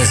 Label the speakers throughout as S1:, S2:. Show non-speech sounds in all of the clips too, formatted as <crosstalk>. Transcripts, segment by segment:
S1: Ez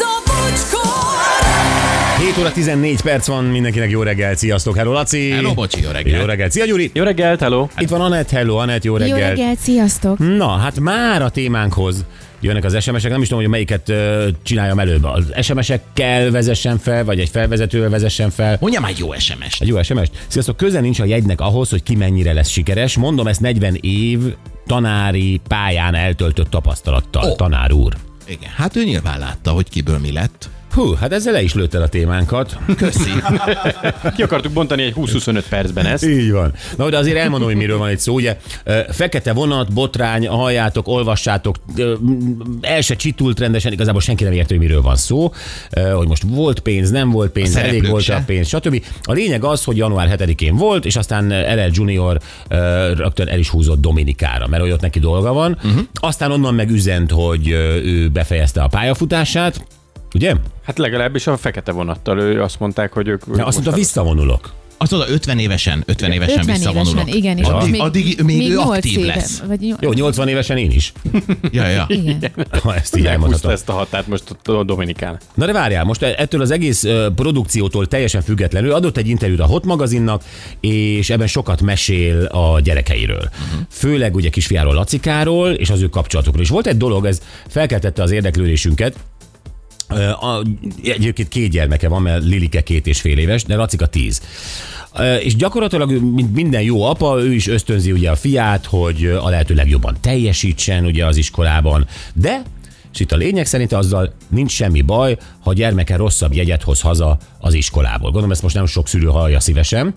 S2: a bocskor!
S3: 7 óra 14 perc van, mindenkinek jó reggel, sziasztok, hello Laci!
S4: Hello, bocsi, jó reggel.
S3: Jó reggel, szia Gyuri! Hát
S5: Jó reggelt, hello!
S3: Itt van Anett, hello Anett, jó reggel.
S6: Jó reggelt, sziasztok!
S3: Na, hát már a témánkhoz jönnek az SMS-ek, nem is tudom, hogy melyiket ö, csináljam előbb. Az SMS-ekkel vezessen fel, vagy egy felvezetővel vezessen fel.
S4: Mondja már jó SMS-t.
S3: Egy jó SMS-t. Sziasztok, köze nincs a jegynek ahhoz, hogy ki mennyire lesz sikeres. Mondom ezt 40 év tanári pályán eltöltött tapasztalattal,
S4: Ó.
S3: oh. tanár úr.
S4: Igen, hát ő nyilván látta, hogy kiből mi lett.
S3: Hú, hát ezzel le is lőtted a témánkat. <laughs>
S4: Köszi.
S5: Ki akartuk bontani egy 20-25 percben ezt.
S3: Így van. Na, de azért elmondom, hogy miről van itt szó, ugye? Ö, Fekete vonat, botrány, halljátok, olvassátok, ö, m- el se csitult rendesen, igazából senki nem értő, hogy miről van szó, Ö, hogy most volt pénz, nem volt pénz,
S4: A
S3: elég
S4: szereplők
S3: volt
S4: se.
S3: a pénz, stb. A lényeg az, hogy január 7-én volt, és aztán LL Junior ö, rögtön el is húzott Dominikára, mert hogy ott neki dolga van.
S4: Mhm.
S3: Uh-huh. Aztán onnan meg üzent, hogy ö, ő befejezte a pályafutását, ugye?
S5: Hát legalábbis a fekete vonattal ő azt mondták, hogy ők...
S3: Ja, azt mondta, visszavonulok.
S4: Azt oda 50 évesen, 50 évesen
S6: 50
S4: visszavonulok.
S6: évesen, igen, és
S4: Addig,
S6: most
S4: még, addig még, még ő
S6: nyolc
S4: aktív
S6: éve,
S4: lesz.
S6: Vagy nyol...
S3: Jó, 80 évesen én is,
S4: Ja, ja.
S6: Igen.
S3: ha ezt így
S5: Meghúzta
S3: elmondhatom.
S5: hát ezt a határt most ott a Dominikán.
S3: Na de várjál, most e- ettől az egész ö, produkciótól teljesen függetlenül adott egy interjút a Hot magazinnak, és ebben sokat mesél a gyerekeiről. Uh-huh. Főleg ugye kisfiáról Lacikáról, és az ő kapcsolatukról. És volt egy dolog, ez felkeltette az érdeklődésünket, Ö, a, egyébként két gyermeke van, mert Lilike két és fél éves, de Lacika tíz. Ö, És gyakorlatilag, ő, mint minden jó apa, ő is ösztönzi ugye a fiát, hogy ö, a lehető legjobban teljesítsen ugye az iskolában, de és itt a lényeg szerint azzal nincs semmi baj, ha a gyermeke rosszabb jegyet hoz haza az iskolából. Gondolom, ezt most nem sok szülő hallja szívesen.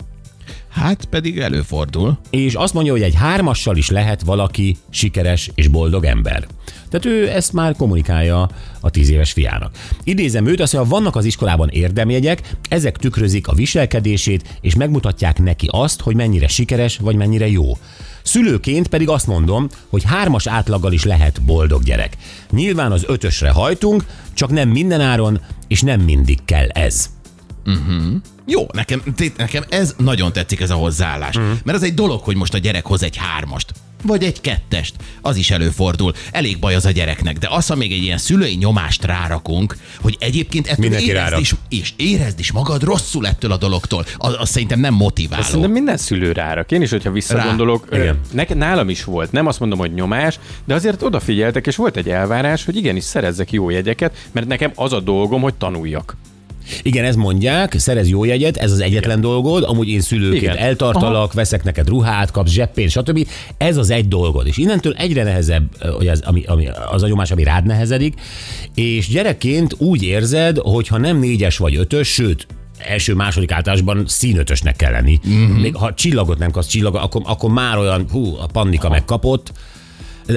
S4: Hát pedig előfordul.
S3: És azt mondja, hogy egy hármassal is lehet valaki sikeres és boldog ember. Tehát ő ezt már kommunikálja a tíz éves fiának. Idézem őt, azt mondja, vannak az iskolában érdemjegyek, ezek tükrözik a viselkedését, és megmutatják neki azt, hogy mennyire sikeres vagy mennyire jó. Szülőként pedig azt mondom, hogy hármas átlaggal is lehet boldog gyerek. Nyilván az ötösre hajtunk, csak nem mindenáron, és nem mindig kell ez.
S4: Jó, nekem, té- nekem ez nagyon tetszik ez a hozzáállás.
S3: Mhm.
S4: Mm. Mert az egy dolog, hogy most a gyerek hoz egy hármast, vagy egy kettest. Az is előfordul. Elég baj az a gyereknek, de az, ha még egy ilyen szülői nyomást rárakunk, hogy egyébként ettől
S3: Mindenki
S4: érezd
S3: rárak.
S4: is, és érezd is magad rosszul ettől a dologtól, az, az szerintem nem motiváló.
S5: Szerintem minden szülő rárak. Én is, hogyha visszagondolok,
S3: Rá.
S5: ö,
S3: Igen.
S5: neked nálam is volt. Nem azt mondom, hogy nyomás, de azért odafigyeltek, és volt egy elvárás, hogy igenis szerezzek jó jegyeket, mert nekem az a dolgom, hogy tanuljak.
S3: Igen, ezt mondják, szerez jó jegyet, ez az egyetlen Igen. dolgod, amúgy én szülőként Igen.
S5: Igen.
S3: eltartalak, Aha. veszek neked ruhát, kapsz zseppén, stb. Ez az egy dolgod, és innentől egyre nehezebb ö, hogy az, ami, ami, az a nyomás, ami rád nehezedik, és gyerekként úgy érzed, hogy ha nem négyes vagy ötös, sőt, első-második általásban színötösnek kell lenni. Mm-hmm. Még ha csillagot nem kapsz csillagot, akkor, akkor már olyan, hú, a pannika Aha. megkapott,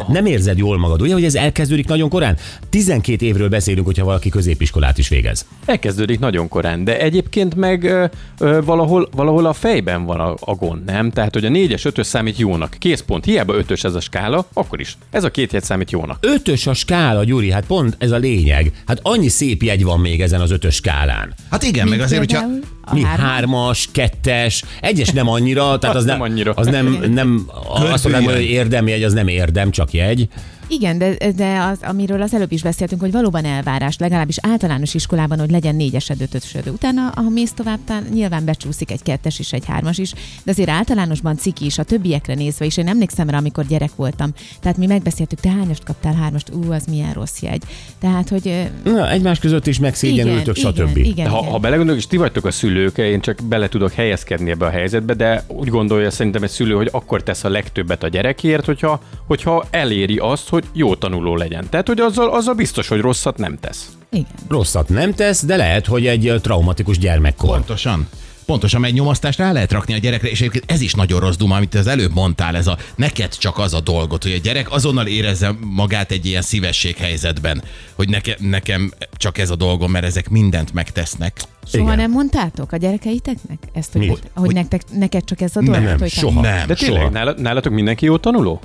S3: nem érzed jól magad, ugye, hogy ez elkezdődik nagyon korán? 12 évről beszélünk, hogyha valaki középiskolát is végez.
S5: Elkezdődik nagyon korán, de egyébként meg ö, ö, valahol, valahol a fejben van a, a gond, nem? Tehát, hogy a 4-es, 5-ös számít jónak. Készpont, hiába 5-ös ez a skála, akkor is. Ez a két jegy számít jónak.
S3: Ötös a skála, Gyuri, hát pont ez a lényeg. Hát annyi szép jegy van még ezen az ötös skálán.
S4: Hát igen, meg azért, hogyha...
S6: Például a
S3: Mi
S6: hármas.
S3: hármas, kettes, egyes nem
S5: <laughs>
S3: annyira, tehát az,
S5: nem annyira.
S3: Az nem, nem azt mondanám, hogy érdemjegy, az nem érdem, csak jegy.
S6: Igen, de, de az, amiről az előbb is beszéltünk, hogy valóban elvárás, legalábbis általános iskolában, hogy legyen négyesed, ötösöd. Utána, ha mész tovább, tán, nyilván becsúszik egy kettes is, egy hármas is, de azért általánosban ciki is, a többiekre nézve is. Én emlékszem rá, amikor gyerek voltam. Tehát mi megbeszéltük, te hányast kaptál, hármast, ú, az milyen rossz jegy. Tehát, hogy... ö,
S3: Na, egymás között is megszégyenültök,
S6: igen,
S3: stb.
S6: Igen,
S5: De
S6: igen,
S5: ha,
S6: igen.
S5: ha belegondolok, és ti vagytok a szülők, én csak bele tudok helyezkedni ebbe a helyzetbe, de úgy gondolja szerintem egy szülő, hogy akkor tesz a legtöbbet a gyerekért, hogyha, hogyha eléri azt, hogy jó tanuló legyen. Tehát, hogy azzal, azzal biztos, hogy rosszat nem tesz.
S6: igen.
S3: Rosszat nem tesz, de lehet, hogy egy ö, traumatikus gyermekkor.
S4: Pontosan. Pontosan, mert egy nyolasztást rá lehet rakni a gyerekre, és egyébként ez is nagyon rossz duma, amit az előbb mondtál, ez a neked csak az a dolgot, hogy a gyerek azonnal érezze magát egy ilyen szívesség helyzetben, hogy neke, nekem csak ez a dolgom, mert ezek mindent megtesznek.
S6: Soha
S3: Igen.
S6: igen. nem mondtátok a gyerekeiteknek ezt, hogy,
S3: Mi?
S6: hogy, hogy nektek, neked csak ez a dolog? Hát,
S3: Nem,
S6: hogy
S3: soha.
S4: Nem,
S5: De tényleg, nála- nálatok mindenki jó tanuló?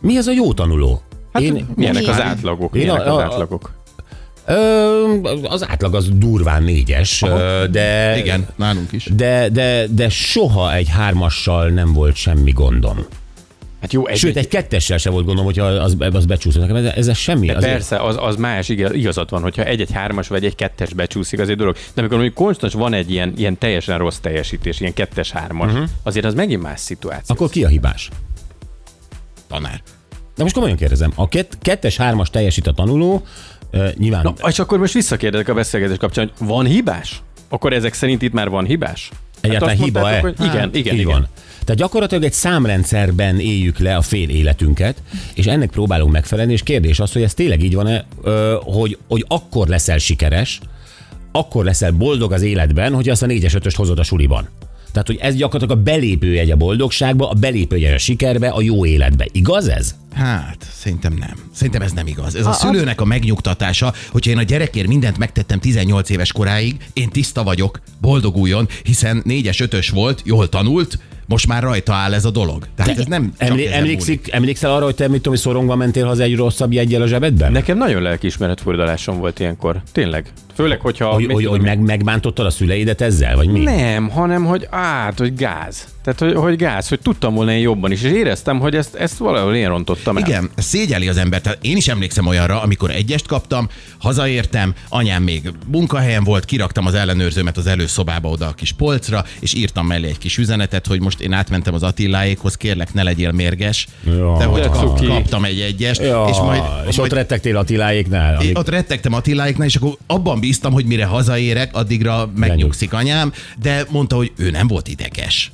S3: Mi az a jó tanuló?
S5: Hát
S3: Én,
S5: milyenek
S6: Én-
S5: az átlagok?
S3: Én
S5: Milyenek
S3: a-
S5: az
S3: a-
S5: átlagok?
S3: Ö, az átlag az durván négyes, ö, de,
S4: Igen, nálunk is.
S3: de, de, de soha egy hármassal nem volt semmi gondom.
S5: Hát jó, egy,
S3: Sőt, egy kettessel se volt gondom, hogyha az, az becsúszott nekem. Ez, ez semmi.
S5: De persze, az, az más, igaz, igazad van, hogyha egy-egy hármas vagy egy kettes becsúszik, az egy dolog. De amikor mondjuk konstans van egy ilyen, ilyen teljesen rossz teljesítés, ilyen kettes-hármas,
S3: Mhm.
S5: uh-huh. azért az megint más szituáció.
S3: Akkor ki a hibás?
S4: Tanár.
S3: Na most komolyan kérdezem. A kett, kettes-hármas teljesít a tanuló, ö, nyilván...
S5: Na, és akkor most visszakérdezek a beszélgetés kapcsán, hogy van hibás? Akkor ezek szerint itt már van hibás?
S3: Egyáltalán
S5: Hát azt
S3: hiba-e?
S5: mondtátok, hogy hát, Igen, igen,
S3: Így
S5: igen.
S3: van. Tehát gyakorlatilag egy számrendszerben éljük le a fél életünket, és ennek próbálunk megfelelni, és kérdés az, hogy ez tényleg így van-e, ö, hogy, hogy akkor leszel sikeres, akkor leszel boldog az életben, hogy azt a 4-es 5 hozod a suliban. Tehát, hogy ez gyakorlatilag a belépőjegy a boldogságba, a belépőjegy a sikerbe, a jó életbe. Igaz ez?
S4: Hát, szerintem nem. Szerintem ez nem igaz. Ez a, szülőnek a megnyugtatása, hogyha én a gyerekért mindent megtettem 18 éves koráig, én tiszta vagyok, boldoguljon, hiszen 4-es, 5-ös volt, jól tanult, most már rajta áll ez a dolog. Tehát ez nem csak
S3: Emlé-
S4: ezen múlik.
S3: emlékszik, emlékszel arra, hogy te mit tudom, hogy szorongva mentél haza egy rosszabb jegyel a zsebedben?
S5: Nekem nagyon lelkiismeret furdalásom volt ilyenkor. Tényleg. Főleg, hogyha...
S3: hogy,
S5: mit
S3: hogy,
S5: tudom
S3: hogy
S5: én-
S3: meg, megbántottad a szüleidet ezzel, vagy mi?
S5: Nem, hanem, hogy át, hogy gáz. Tehát, hogy, hogy gáz, hogy tudtam volna én jobban is, és éreztem, hogy ezt, ezt valahol én rontottam el.
S4: Igen, ez szégyeli az ember. Tehát én is emlékszem olyanra, amikor egyest kaptam, hazaértem, anyám még munkahelyen volt, kiraktam az ellenőrzőmet az előszobába oda a kis polcra, és írtam mellé egy kis üzenetet, hogy most én átmentem az Attiláékhoz, kérlek, ne legyél mérges.
S3: Jaj.
S4: de hogy
S5: De
S4: kap,
S5: cuki.
S4: kaptam egy egyest,
S3: Ja,
S4: és majd,
S3: és
S4: majd
S3: ott rettegtél Attiláéknál?
S4: Én
S3: Amik...
S4: ott rettegtem Attiláiknál, és akkor abban bíztam, hogy mire hazaérek, addigra megnyugszik anyám, de mondta, hogy ő nem volt ideges.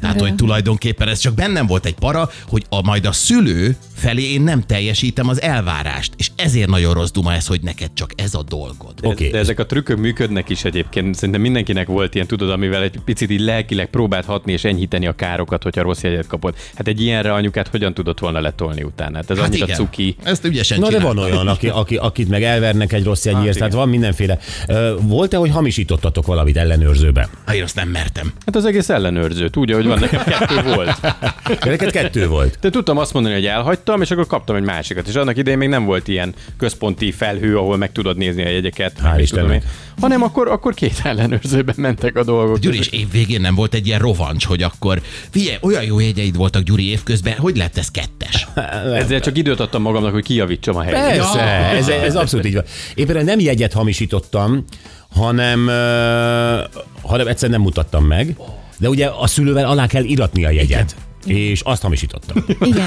S4: Tehát, hogy tulajdonképpen ez csak bennem volt egy para, hogy a, majd a szülő felé én nem teljesítem az elvárást, és ezért nagyon rossz duma ez, hogy neked csak ez a dolgod. Hát
S5: De,
S3: Oké.
S5: de ezek a trükkök működnek is egyébként. Szerintem mindenkinek volt ilyen, tudod, amivel egy picit így lelkileg próbált hatni és enyhíteni a károkat, hogyha rossz jegyet kapod. Hát egy ilyenre anyukát hogyan tudott volna letolni utána? Hát ez hát
S4: Hát
S5: annyira
S4: igen,
S5: igen. cuki.
S4: ezt ügyesen
S3: Na de van
S4: csináltam. Hát
S3: olyan, aki, aki, akit meg elvernek egy rossz jegyért,
S5: igen.
S3: tehát van mindenféle. Ö, Volt-e, hogy hamisítottatok valamit ellenőrzőbe?
S4: Hát én azt nem mertem.
S5: Hát az egész ellenőrző. Tudja, hogy van nekem kettő volt.
S3: Neked kettő volt.
S5: De tudtam azt mondani, hogy elhagytam, és akkor kaptam egy másikat. És annak idején még nem volt ilyen központi felhő, ahol meg tudod nézni a jegyeket. meg mit tudom
S3: Istennek.
S5: én. Hanem akkor, akkor két ellenőrzőben mentek a dolgok.
S4: Gyuri, és év végén nem volt egy ilyen rovancs, hogy akkor figyelj, olyan jó jegyeid voltak Gyuri évközben, hogy lett ez kettes?
S5: Ezzel csak időt adtam magamnak, hogy kijavítsam a helyet.
S3: Persze,
S4: Ja.
S3: ez, ez abszolút így van. Én például nem jegyet hamisítottam, hanem, ö, hanem egyszer nem mutattam meg, de ugye a szülővel alá kell iratni a jegyet. És azt hamisítottam. <laughs>
S6: <laughs> Igen.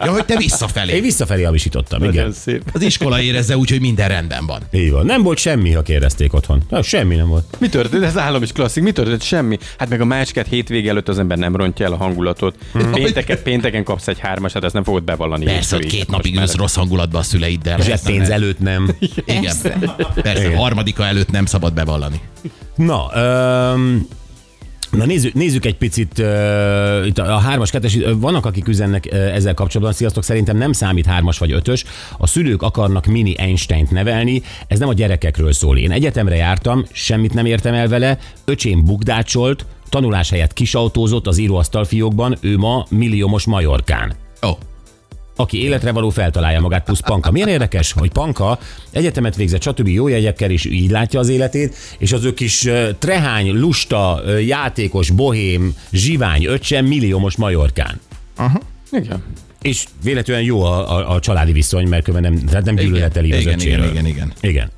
S4: Ja, hogy te visszafelé.
S3: Én visszafelé hamisítottam,
S5: Nagyon
S3: igen.
S5: szép.
S4: Az iskola érezze úgy, hogy minden rendben van.
S3: Így van. Nem volt semmi, ha kérdezték otthon. Na, semmi nem volt.
S5: Mi történt? Ez állam is klasszik. Mi történt? Semmi. Hát meg a mácskát hétvége előtt az ember nem rontja el a hangulatot. Pénteket, pénteken kapsz egy hármas, hát ezt nem fogod bevallani.
S4: Hm. Persze, hogy
S5: Gyuri.
S4: két
S5: Hát
S4: napig
S5: most
S4: ülsz
S5: már-
S4: rossz hangulatban a szüleiddel.
S3: Zseppénz előtt nem.
S4: Igen. Persze,
S3: Igen.
S4: harmadika előtt nem szabad bevallani.
S3: Na, öm, na nézzük, nézzük egy picit ö, itt a, a hármas, kettes, ö, vannak akik üzennek ö, ezzel kapcsolatban, sziasztok, szerintem nem számít hármas vagy ötös, a szülők akarnak mini Einsteint nevelni, ez nem a gyerekekről szól. Én egyetemre jártam, semmit nem értem el vele, öcsém bukdácsolt, tanulás helyett kisautózott az íróasztal fiókban, ő ma milliómos Majorkán.
S4: Ó, oh,
S3: Aki életre való feltalálja magát, plusz Panka. Milyen érdekes, hogy Panka egyetemet végzett, stb. jó jegyekkel, és így látja az életét, és az ő kis ö, trehány, lusta, ö, játékos, bohém, zsivány öccse milliómos Majorkán.
S5: Igen.
S3: És véletlenül jó a, a, a családi viszony, mert köve nem, tehát nem gyűlölet el így az
S4: igen, igen,
S3: öcséről.
S4: igen, igen.
S3: igen.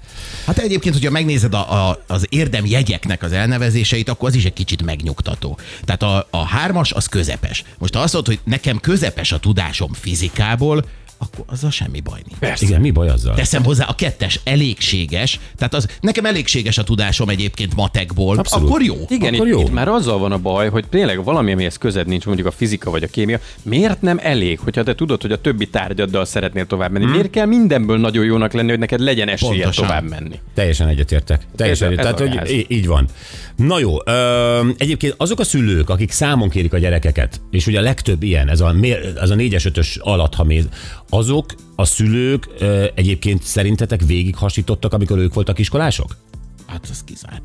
S4: Hát egyébként, hogyha megnézed a, a, az érdem jegyeknek az elnevezéseit, akkor az is egy kicsit megnyugtató. Tehát a, a hármas az közepes. Most ha azt mondod, hogy nekem közepes a tudásom fizikából, akkor azzal semmi baj nincs.
S3: Igen, mi baj azzal?
S4: Teszem hozzá, a kettes elégséges, tehát az nekem elégséges a tudásom egyébként matekból,
S3: Abszolút.
S4: Abszolút. akkor jó.
S5: Igen,
S3: Akkor
S5: itt,
S3: jó.
S5: itt már azzal van a baj, hogy tényleg valami, amihez közed nincs, mondjuk a fizika vagy a kémia, miért nem elég, hogyha te tudod, hogy a többi tárgyaddal szeretnél tovább menni? Hmm. Miért kell mindenből nagyon jónak lenni, hogy neked legyen esélye
S4: Pontosan.
S5: tovább menni?
S3: Teljesen egyetértek. Teljesen
S5: Ez-
S3: egyet.
S5: ez
S3: Tehát,
S5: a
S3: hogy
S5: gáz.
S3: í- így van. Na jó, ö, egyébként azok a szülők, akik számon kérik a gyerekeket, és ugye a legtöbb ilyen, ez a, mér- ez a 4-es 5 alatt, ha méz, azok a szülők ö, egyébként szerintetek végig hasítottak, amikor ők voltak iskolások?
S4: Hát az kizárt.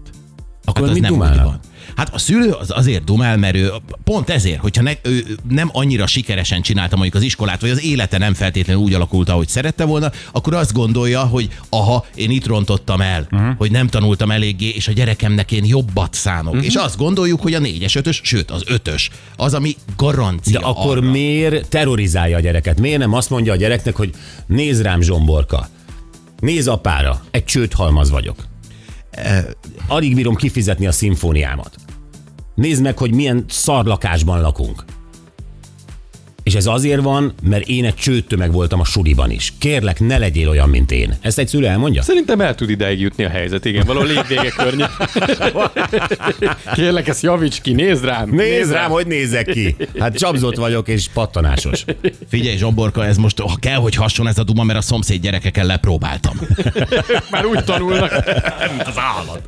S3: Akkor
S4: hát az
S3: mit
S4: nem
S3: dumálnak?
S4: úgy van. Hát a szülő az azért dumál, mert ő pont ezért, hogyha ne, ő nem annyira sikeresen csinálta mondjuk az iskolát, vagy az élete nem feltétlenül úgy alakult, ahogy szerette volna, akkor azt gondolja, hogy aha, én itt rontottam el,
S3: Mhm.
S4: uh-huh. hogy nem tanultam eléggé, és a gyerekemnek én jobbat szánok.
S3: Mhm.
S4: Uh-huh. És azt gondoljuk, hogy a négyes, ötös, sőt az ötös, az, ami garancia
S3: De akkor
S4: arra.
S3: miért terrorizálja a gyereket? Miért nem azt mondja a gyereknek, hogy néz rám zsomborka, néz apára, egy csőt halmaz vagyok. E, Alig bírom kifizetni a szimfóniámat. Nézd meg, hogy milyen szar lakásban lakunk. És ez azért van, mert én egy csőttömeg voltam a suliban is. Kérlek, ne legyél olyan, mint én. Ezt egy szülő elmondja?
S5: Szerintem el tud idáig jutni a helyzet, igen, valahol légvége környék. <laughs> Kérlek, ezt javíts ki, nézd rám!
S3: Nézd rám, hogy nézek ki. Hát csapzott vagyok és pattanásos.
S4: Figyelj, Zsomborka, ez most ha kell, hogy hasson ez a duma, mert a szomszéd gyerekekkel lepróbáltam.
S5: Már úgy tanulnak.
S4: az állat.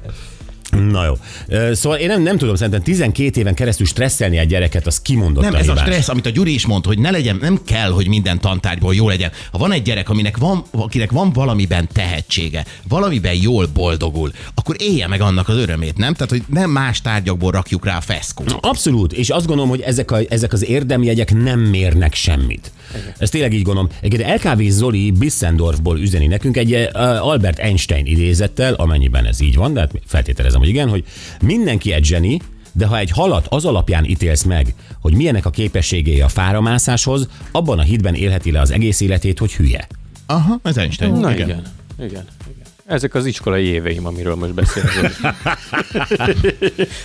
S3: Na jó. Ö, Szóval én nem, nem tudom, szerintem 12 éven keresztül stresszelni egy gyereket, az kimondottan
S4: Nem, ez a
S3: hibás.
S4: stressz, amit a Gyuri is mond, hogy ne legyen, nem kell, hogy minden tantárgyból jó legyen. Ha van egy gyerek, aminek van, akinek van valamiben tehetsége, valamiben jól boldogul, akkor élje meg annak az örömét, nem? Tehát, hogy nem más tárgyakból rakjuk rá a feszkót.
S3: Abszolút, és azt gondolom, hogy ezek, a, ezek az érdemjegyek nem mérnek semmit. Ez tényleg így gondolom. Egyébként LKV Zoli Bissendorfból üzeni nekünk egy eh, Albert Einstein idézettel, amennyiben ez így van, de hát feltételezem, hogy igen, hogy mindenki egy zseni, de ha egy halat az alapján ítélsz meg, hogy milyenek a képességei a fáramászáshoz, abban a hitben élheti le az egész életét, hogy hülye.
S4: Aha, ez Einstein.
S5: Na igen. igen. Igen. igen. Ezek az iskolai éveim, amiről most beszélünk.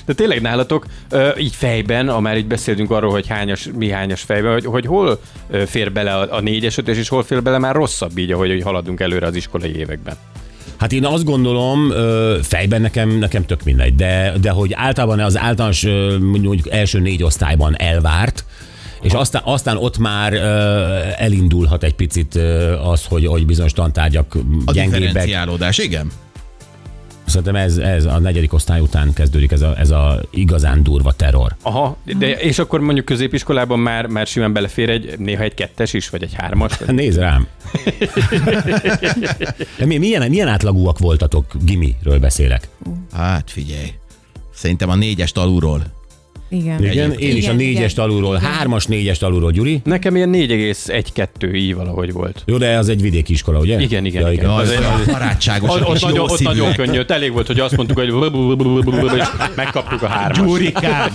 S5: De tényleg nálatok ö, így fejben, ha már így beszéltünk arról, hogy hányas, mi hányas fejben, hogy, hogy hol ö, fér bele a, a négyes, ötös, és hol fér bele már rosszabb így, ahogy hogy haladunk előre az iskolai években.
S3: Hát én azt gondolom, ö, fejben nekem, nekem tök mindegy, de, de hogy általában az általános ö, mondjuk első négy osztályban elvárt, és aztán, aztán ott már ö, elindulhat egy picit ö, az, hogy, hogy bizonyos tantárgyak
S4: A
S3: gyengébbek.
S4: differenciálódás, igen.
S3: Szerintem ez, ez a negyedik osztály után kezdődik ez a, ez a igazán durva terror.
S5: Aha, de és akkor mondjuk középiskolában már, már simán belefér egy, néha egy kettes is, vagy egy hármas. Vagy...
S3: Hát Nézd rám! De mi- milyen, milyen átlagúak voltatok? Gimiről beszélek.
S4: Hát figyelj. Szerintem a négyes alulról.
S6: Igen.
S3: Igen, én is a
S6: Igen,
S3: négyes
S6: igen.
S3: alulról, hármas négyes alulról, Gyuri.
S5: Nekem ilyen 4,12 így valahogy volt.
S3: Jó, de az egy vidéki iskola, ugye?
S5: Igen, igen, igen.
S4: Az,
S5: Az-
S4: a barátságos,
S5: Ott,
S4: a
S5: ott,
S4: kis
S5: nagyon,
S4: jó
S5: ott nagyon
S4: szívűek.
S5: könnyű, Ott elég volt, hogy azt mondtuk, hogy blablabla, és megkaptuk a hármat.
S4: Gyurikám!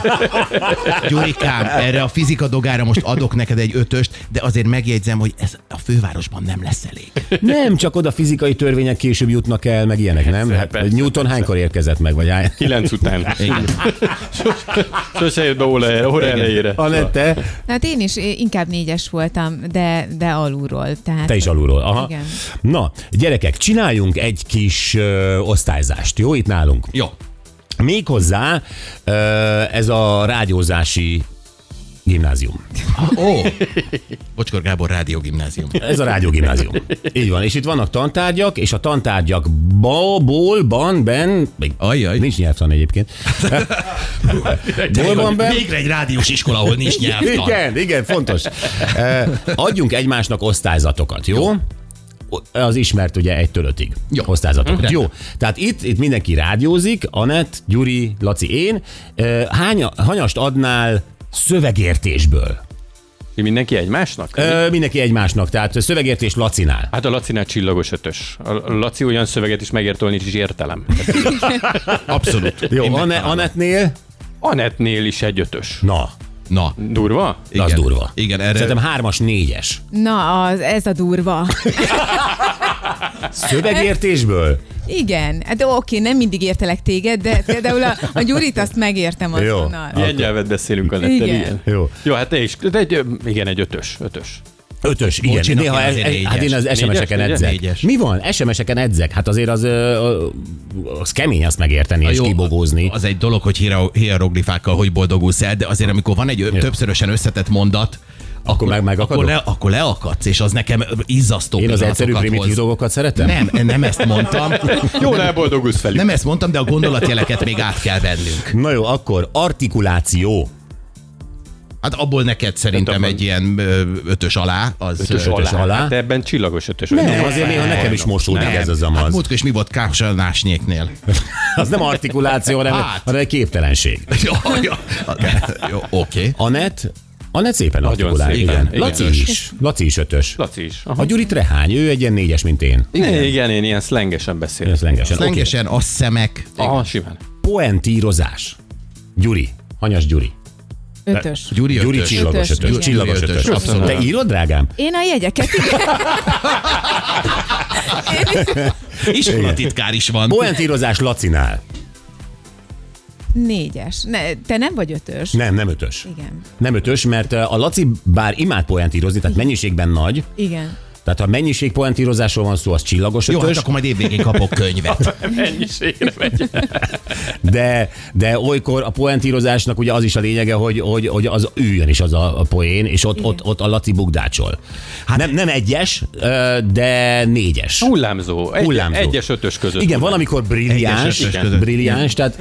S4: Gyurikám, erre a fizika dogára most adok neked egy ötöst, de azért megjegyzem, hogy ez a fővárosban nem lesz elég.
S3: Nem, csak oda fizikai törvények később jutnak el, meg ilyenek, nem? Hát,
S5: persze,
S3: Newton hánykor érkezett meg, vagy hány?
S5: Kilenc után.
S4: Igen.
S5: <laughs> Sose jött be óra, óra elejére.
S3: Anette,
S6: Hát én is eh, inkább négyes voltam, de, de alulról. Tehát
S3: te is alulról. Aha.
S6: Igen.
S3: Na, gyerekek, csináljunk egy kis ö, osztályzást, jó? Itt nálunk.
S4: Jó.
S3: Méghozzá ö, ez a rádiózási gimnázium.
S4: Ah, Ó, Bocskor Gábor Rádió Gimnázium.
S3: Ez a rádiógimnázium. Így van, és itt vannak tantárgyak, és a tantárgyakból, ból, ban, ben, még
S4: Ajjaj.
S3: nincs nyelvtan egyébként. Ból van ben,
S4: Végre egy rádiós iskola, ahol nincs nyelvtan.
S3: Igen, igen,
S4: <laughs>
S3: fontos. Eh, Adjunk egymásnak osztályzatokat, jó? Az ismert ugye egytől ötig
S4: Jó. Mhm.
S3: osztályzatok.
S4: Rendben.
S3: Jó, tehát itt, itt mindenki rádiózik, Anett, Gyuri, Laci, én. Eh, Hány, hányast adnál szövegértésből?
S5: Mi mindenki egymásnak?
S3: Ö, mindenki egymásnak, tehát szövegértés Lacinál.
S5: Hát a Lacinál csillagos ötös. A Laci olyan szöveget is megért, ahol nincs is értelem.
S4: Abszolút.
S3: Jó,
S4: Én
S3: Ane,
S4: megtalálom.
S3: Anettnél?
S5: Anetnél is egy ötös.
S3: Na,
S4: Na,
S5: Durva?
S3: de az
S4: Igen.
S3: durva.
S4: Igen, erre-
S3: Szerintem hármas, négyes.
S6: Na, az, ez
S3: <laughs>
S6: a durva.
S3: Szövegértésből?
S6: Igen, Hát, de oké, nem mindig értelek téged, de például a, a Gyurit azt megértem
S3: Jó.
S6: azonnal.
S5: Ilyen nyelvet beszélünk a netten,
S6: Igen.
S5: igen.
S3: Jó.
S5: Jó, hát te is. de Egy, igen, egy ötös. ötös.
S3: Ötös, igen.
S4: Bocsinak,
S3: Néha
S4: én
S3: ez,
S4: azért négyes.
S3: hát én az SMS-eken
S5: Négyes?
S3: edzek.
S4: Négyes.
S3: Mi van? SMS-eken edzek. Hát azért az, ö, ö, az kemény azt megérteni
S4: Na
S3: és
S4: jó,
S3: kibogózni.
S4: Az egy dolog, hogy hiero- hieroglifákkal hogy boldogulsz el, de azért amikor van egy ö- többszörösen összetett mondat, akkor,
S3: meg- megakadok?
S4: akkor, le, akkor leakadsz, és az nekem izzasztó
S3: Én az
S4: pillanatokat
S3: egyszerű primitív
S4: hoz.
S3: dolgokat szeretem?
S4: Nem, nem ezt
S3: <laughs>
S4: mondtam.
S5: Jól elboldogulsz felé.
S4: Nem ezt mondtam, de a gondolatjeleket még át kell vennünk.
S3: Na jó, akkor artikuláció.
S4: Hát abból neked szerintem
S5: abban-
S4: egy ilyen ö, ötös alá. Az
S3: ötös
S5: Ötös alá.
S3: alá.
S5: Hát ebben csillagos ötös. vagy
S3: Nem,
S5: nyolc.
S3: azért néha nekem is mosódik ez az
S4: Hát
S3: amaz.
S4: múltkor is mi volt <laughs> Kápsalnásnyéknél?
S3: Az nem artikuláció, hanem,
S4: Hát.
S3: hanem egy képtelenség.
S4: ja, ja. Jó, oké.
S3: Anet, Anet szépen
S5: Nagyon
S3: artikulál.
S5: szép,
S3: igen.
S5: igen,
S3: Laci
S5: igen.
S3: is. Laci is ötös.
S5: Laci is. Aha.
S3: A Gyuri Trehány, ő egy ilyen négyes, mint én.
S5: Igen. igen, én ilyen szlengesen beszélek.
S3: Ez lengesen. Oké.
S4: Szlengesen okay. asszemek.
S5: Aha, simán.
S3: Poentírozás. Gyuri. Hanyas Gyuri.
S6: Ötös.
S4: Szóval Gyuri,
S3: Gyuri
S4: ötös.
S3: csillagos
S6: Ötös,
S3: ötös.
S6: igen.
S3: Csillagos
S4: Gyuri
S3: ötös.
S4: ötös,
S3: Abszolút. Te írod, drágám?
S6: Én a jegyeket, igen.
S4: Iskolatitkár is van.
S3: Poentírozás Lacinál.
S6: Négyes. Ne, te nem vagy ötös.
S3: Nem, nem ötös.
S6: Igen.
S3: Nem ötös, mert uh, a Laci bár imád poentírozni, tehát mennyiségben nagy,
S6: Igen.
S3: tehát ha mennyiség poentírozásról van szó, az csillagos
S4: Jó, hát
S3: ötös,
S4: akkor majd évvégén kapok könyvet.
S5: Mennyiségre megy.
S3: de, de olykor a poentírozásnak ugye az is a lényege, hogy, hogy, hogy az üljön is az a, a poén, és ott, ott, ott a Laci bugdácsol. Hát nem, nem egyes, ö, de négyes.
S5: Hullámzó. Egy,
S3: Hullámzó.
S5: Hullámzó. Egyes ötös között.
S3: Igen,
S5: van
S3: valamikor brilliáns,
S4: Egyes, ötös
S3: igen.
S4: között.
S3: brilliáns, tehát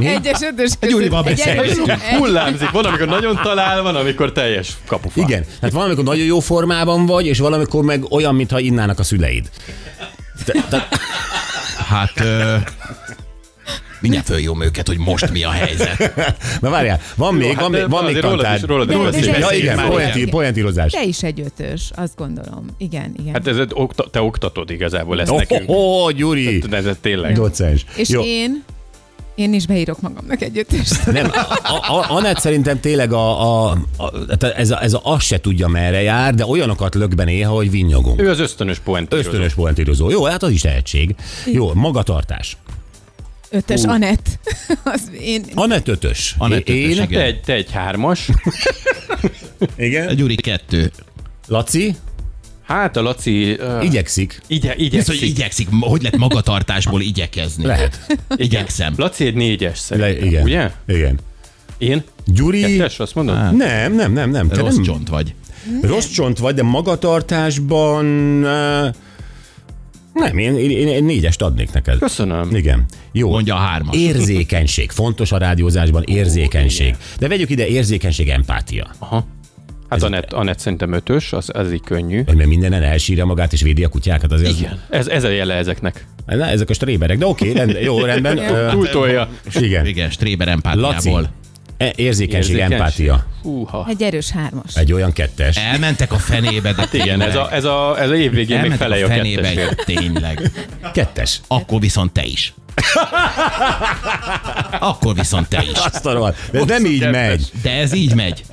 S6: Egyes, ötös között.
S4: Gyurival
S6: egy
S4: beszélgetünk.
S6: egy-
S5: Hullámzik, van, amikor nagyon talál, van, amikor teljes kapufa.
S3: igen, tehát valamikor nagyon jó formában vagy, és valamikor meg olyan, mintha innának a szüleid. Te, te,
S4: Hát... Ö... Mindjárt följön őket, hogy most mi a helyzet.
S3: na várjál, van még,
S5: hát
S3: van
S5: de
S3: még, van még
S5: azért rólad is-
S3: tantár.
S5: rólad is
S6: De- de-
S3: Ja,
S6: beszéljünk
S3: igen,
S6: már,
S3: poenti,
S6: igen.
S3: poentírozás.
S6: Te is egy ötös, azt gondolom. Igen, igen.
S5: Hát ez, okta, te oktatod igazából ezt nekünk.
S3: Ó, Gyuri!
S5: De ez tényleg.
S3: Docens.
S6: És
S3: Jó.
S6: én, én is beírok magamnak egy ötöst.
S3: Nem, a, a, Anett szerintem tényleg a, a, a, tehát ez, a, ez a, azt se tudja merre jár, de olyanokat lök be néha, hogy vinnyogunk.
S5: Ő az ösztönös point.
S3: Ösztönös poentírozó. Jó, hát az is tehetség. Jó, magatartás.
S6: Ötös, Anett. <laughs> Az én,
S3: Anett ötös.
S4: Anett ötös,
S3: Én,
S5: Te egy, te egy hármas.
S4: A
S3: igen.
S4: Gyuri kettő.
S3: Laci,
S5: Hát a Laci... Uh,
S3: igyekszik.
S5: igye,
S4: Ez, hogy
S5: igyekszik.
S4: igyekszik, hogy lehet magatartásból igyekezni.
S3: Lehet.
S4: Igyekszem.
S5: Laci egy négyes
S3: Le,
S5: szerintem,
S3: igen.
S5: ugye?
S3: Igen.
S5: Én?
S3: Gyuri,
S5: Kettes, azt mondod?
S3: nem, nem, nem, nem. Te
S4: Rossz
S3: nem
S4: csont vagy.
S3: Rossz csont vagy, de magatartásban... ö, Nem, én, én, én, én négyest adnék neked.
S5: Köszönöm.
S3: Igen. Jó.
S4: Mondja a hármas.
S3: Érzékenység. Fontos a rádiózásban érzékenység. De vegyük ide érzékenység, empátia.
S5: Aha. Hát Anett, Anett szerintem ötös, az, az így könnyű.
S3: Hogy mert mindenen elsírja magát és védi a kutyákat. Azért az-
S5: Igen. Ez, ez a jele ezeknek.
S3: Na, ezek a stréberek. De oké, rend, jó, rendben. Ö, hát-
S5: Túltolja.
S3: igen.
S4: Igen, Stréber
S3: Laci.
S4: empátiából.
S3: E- érzékenység,
S5: Érzékenység.
S3: empátia.
S5: Húha.
S6: egy erős hármas.
S3: Egy olyan kettes.
S4: Elmentek a fenébe, de
S5: Hát Igen, ez a, ez a, ez a év végén
S4: Elmentek
S5: még
S4: a
S5: feleje a
S4: fenébe,
S5: kettesért.
S4: tényleg.
S3: Kettes.
S4: Akkor viszont te is. Akkor viszont te is.
S3: Azt a rohadt. De ez nem így megy.
S4: De ez így megy.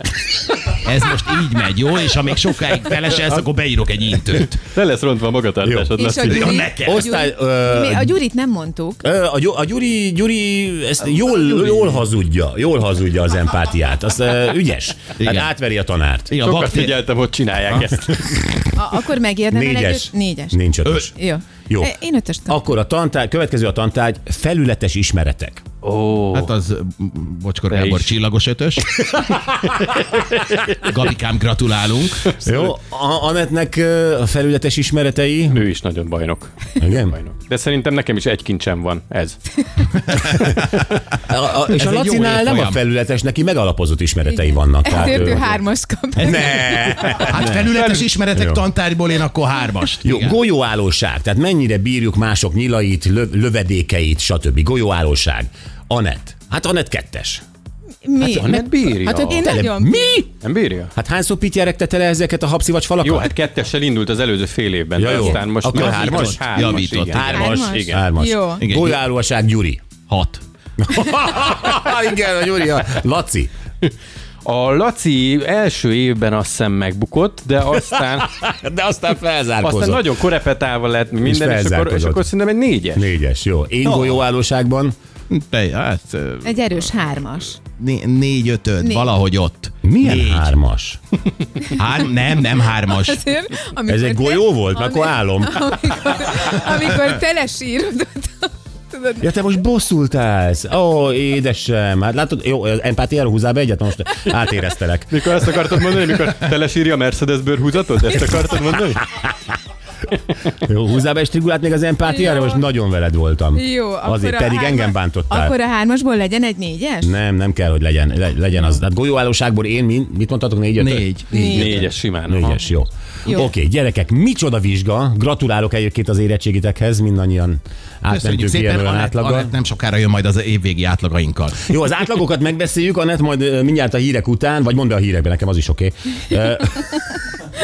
S4: Ez most így megy, jó? És ha még sokáig feleselsz, akkor beírok egy intőt.
S5: Le lesz rontva a magatartásod,
S6: És a
S5: Laci.
S6: Gyuri,
S4: neked.
S3: Osztály, ö,
S6: Gyuri, mi, a Gyurit nem mondtuk.
S3: Ö, A, Gyu- a Gyuri, Gyuri ezt jól, jól hazudja, jól hazudja az empátiát. Az ö, ügyes.
S4: Igen.
S3: Hát átveri a tanárt.
S4: Igen,
S5: Sokat
S4: bakté-
S5: figyeltem, hogy csinálják ezt.
S6: A, akkor megérdemel egy
S3: Négyes.
S6: öt- négyes.
S3: Nincs ötös.
S6: Jó.
S3: Jó.
S6: E, Én ötöst kapom.
S3: Akkor a tantárgy, következő a tantárgy, felületes ismeretek.
S5: Ó,
S4: Hát az mm, Bocskor
S5: Te
S4: Gábor
S5: is.
S4: csillagos ötös. Gabikám, gratulálunk.
S3: Jó, a Anetnek ö, a felületes ismeretei.
S5: ő is nagyon bajnok.
S3: Igen.
S5: bajnok. De szerintem nekem is egy kincsem van, ez.
S3: A, a, és
S4: Ez
S3: a
S4: egy jó
S3: Lacinál nem a
S4: évfolyam.
S3: felületetes, neki megalapozott ismeretei vannak.
S6: Ezért ő
S3: ő-
S6: hármas kap.
S3: Ne! <laughs>
S4: Hát felületes ismeretek
S3: Jó.
S4: tantárgyból én akkor hármast.
S3: Jó,
S4: Igen.
S3: golyóállóság, tehát mennyire bírjuk mások nyilait, löv, lövedékeit, stb. Golyóállóság. Anett. Hát Anett kettes.
S6: Mi?
S5: Hát, nem bírja.
S6: Hát, hogy én
S3: Tele-
S6: nagyon...
S3: Mi?
S5: Nem bírja?
S3: Hát hányszor pityeregtette le ezeket a habszivacs falakat?
S5: Jó, hát kettessel indult az előző fél évben.
S3: Ja,
S5: de
S3: jó.
S5: Aztán most
S3: Akkor
S5: már
S3: hármas?
S5: Hármas,
S4: Javított.
S5: igen.
S3: Hármas.
S6: Hármas.
S5: igen.
S3: Hármas.
S6: Jó.
S4: Igen.
S3: Golyóállóság Gyuri.
S4: Hat.
S3: <laughs> Igen, a Gyuri. a- Laci.
S5: A Laci első évben azt hiszem megbukott, de <laughs> aztán,
S3: De aztán felzárkózott.
S5: aztán nagyon korepetálva lett minden, és, akkor, és
S3: felzárkózott.
S5: akkor szerintem egy négyes.
S3: Négyes, jó. Én
S4: No.
S3: golyóállóságban
S4: Te, hát, ö,
S6: Egy erős hármas.
S4: né- négy ötöd,
S6: Négy.
S4: valahogy ott.
S3: milyen
S4: Négy.
S3: hármas?
S4: Hár- nem, nem hármas.
S6: Azért, amikor
S3: Ez egy
S6: te-
S3: golyó volt? Mert akkor álom.
S6: <laughs> Amikor, amikor tele sírod, tudod,
S3: Ja, te most bosszult állsz. Ó, édesem. Hát látod, jó, empátiára húzzál be egyet, na most átéreztelek.
S5: Mikor ezt akartad mondani, mikor telesírja a Mercedes bőrhúzatot? Ezt akartad mondani?
S3: Jó, húzzál be egy strigulát még az empátiára,
S6: Jó.
S3: most nagyon veled voltam.
S6: Jó, akkor
S3: Azért
S6: a
S3: pedig
S6: hárma-
S3: engem bántottál.
S6: Akkor a hármasból legyen egy négyes?
S3: Nem, nem kell, hogy legyen, le, legyen az. Hát golyóállóságból én, mint, mit mondtatok, négy, ötöt?
S4: Négy.
S5: Négyes simán.
S3: Négyes, jó.
S6: Jó.
S3: Oké, okay, gyerekek, micsoda vizsga. Gratulálok egyébként az érettségitekhez, mindannyian
S4: Köszönjük
S3: átmentünk ilyen
S4: szépen,
S3: olyan
S4: Anett,
S3: átlaggal.
S4: Anett nem sokára jön majd az évvégi átlagainkkal.
S3: Jó, az átlagokat megbeszéljük, Anett majd ö, mindjárt a hírek után, vagy mondd be a hírekbe, nekem az is oké. Okay.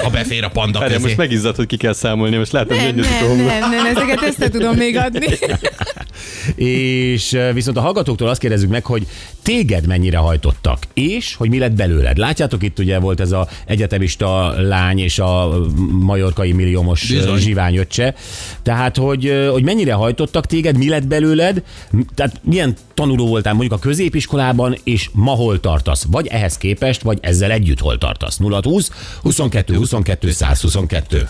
S4: Ha befér a panda
S5: Erre
S4: közé.
S5: most megizzadt, hogy ki kell számolni, most látom,
S6: Nem,
S5: hogy a
S6: nem,
S5: hangba.
S6: nem, nem, ezeket össze tudom még adni.
S3: <laughs> És ö, viszont a hallgatóktól azt kérdezzük meg, hogy téged mennyire hajtottak, és hogy mi lett belőled. Látjátok, itt ugye volt ez a egyetemista lány és a majorkai milliómos
S4: Bizony.
S3: Bizony. zsivány öccse. Tehát, hogy, ö, hogy mennyire hajtottak téged, mi lett belőled, M- tehát milyen tanuló voltál mondjuk a középiskolában, és ma hol tartasz? Vagy ehhez képest, vagy ezzel együtt hol tartasz? 0 20 22 22 122.